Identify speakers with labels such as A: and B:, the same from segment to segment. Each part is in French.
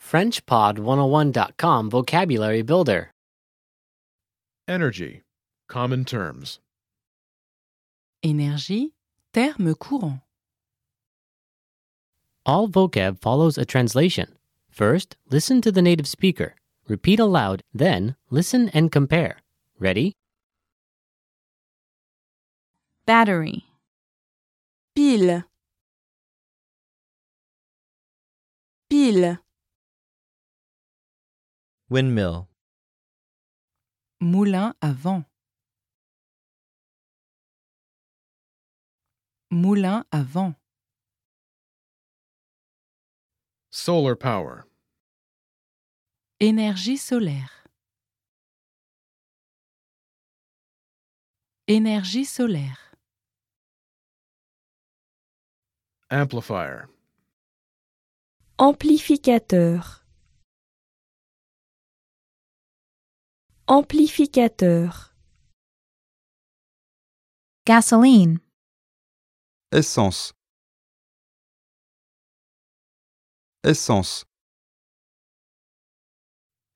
A: FrenchPod101.com Vocabulary Builder.
B: Energy. Common terms.
C: Énergie, terme courant.
A: All vocab follows a translation. First, listen to the native speaker. Repeat aloud, then, listen and compare. Ready?
D: battery,
E: Pile. Pile.
F: windmill,
C: Moulin à vent. Moulin à vent.
B: Solar power.
C: Énergie solaire. Énergie solaire.
B: Amplifier.
G: Amplificateur. Amplificateur.
D: gasoline,
H: Essence. Essence.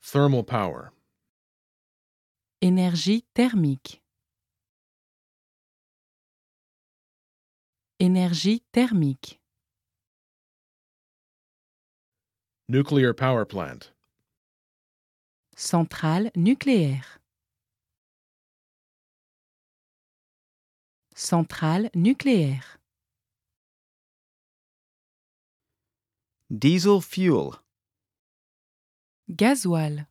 B: Thermal power.
C: Énergie thermique. Énergie thermique.
B: Nuclear power plant.
C: Centrale nucléaire. Centrale nucléaire.
I: Diesel fuel.
C: Gasoil.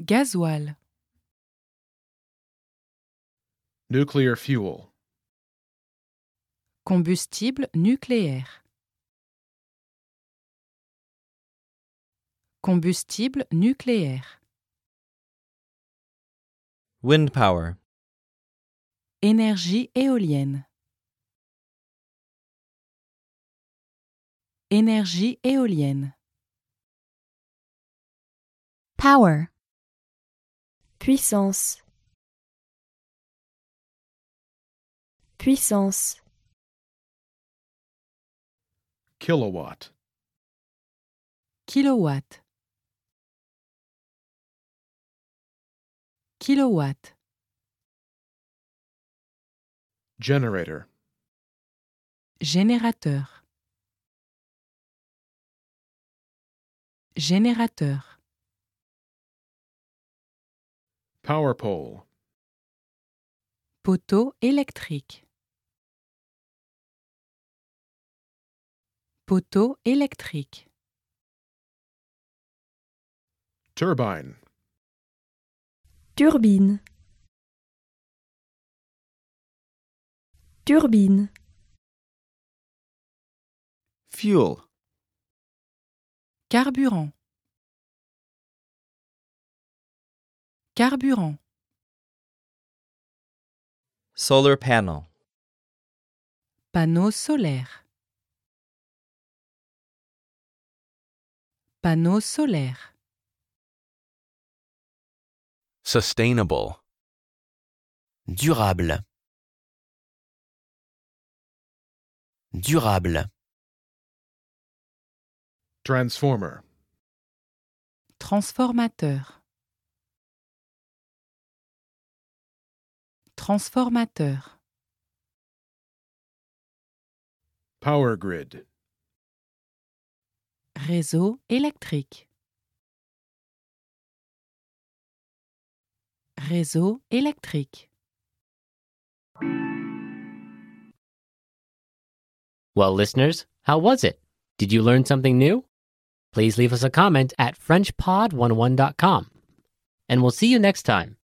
C: Gasoil.
B: Nuclear fuel.
C: Combustible nucléaire. Combustible nucléaire.
F: wind power,
C: Énergie éolienne. Énergie éolienne.
D: power,
G: Puissance. Puissance.
B: Kilowatt.
C: Kilowatt. Kilowatt.
B: Generator.
C: Générateur. Générateur.
B: Power pole.
C: Poteau électrique. Poteau électrique.
B: Turbine.
G: Turbine. Turbine.
I: Fuel.
C: Carburant. Carburant.
F: solar panel,
C: Panneau solaire. Panneau solaire.
J: sustainable,
K: durable, durable,
B: Transformer.
C: Transformateur. Transformateur.
B: Power grid.
C: Réseau électrique. Réseau électrique.
A: Well, listeners, how was it? Did you learn something new? oh Please leave us a comment at FrenchPod101.com. And we'll see you next time.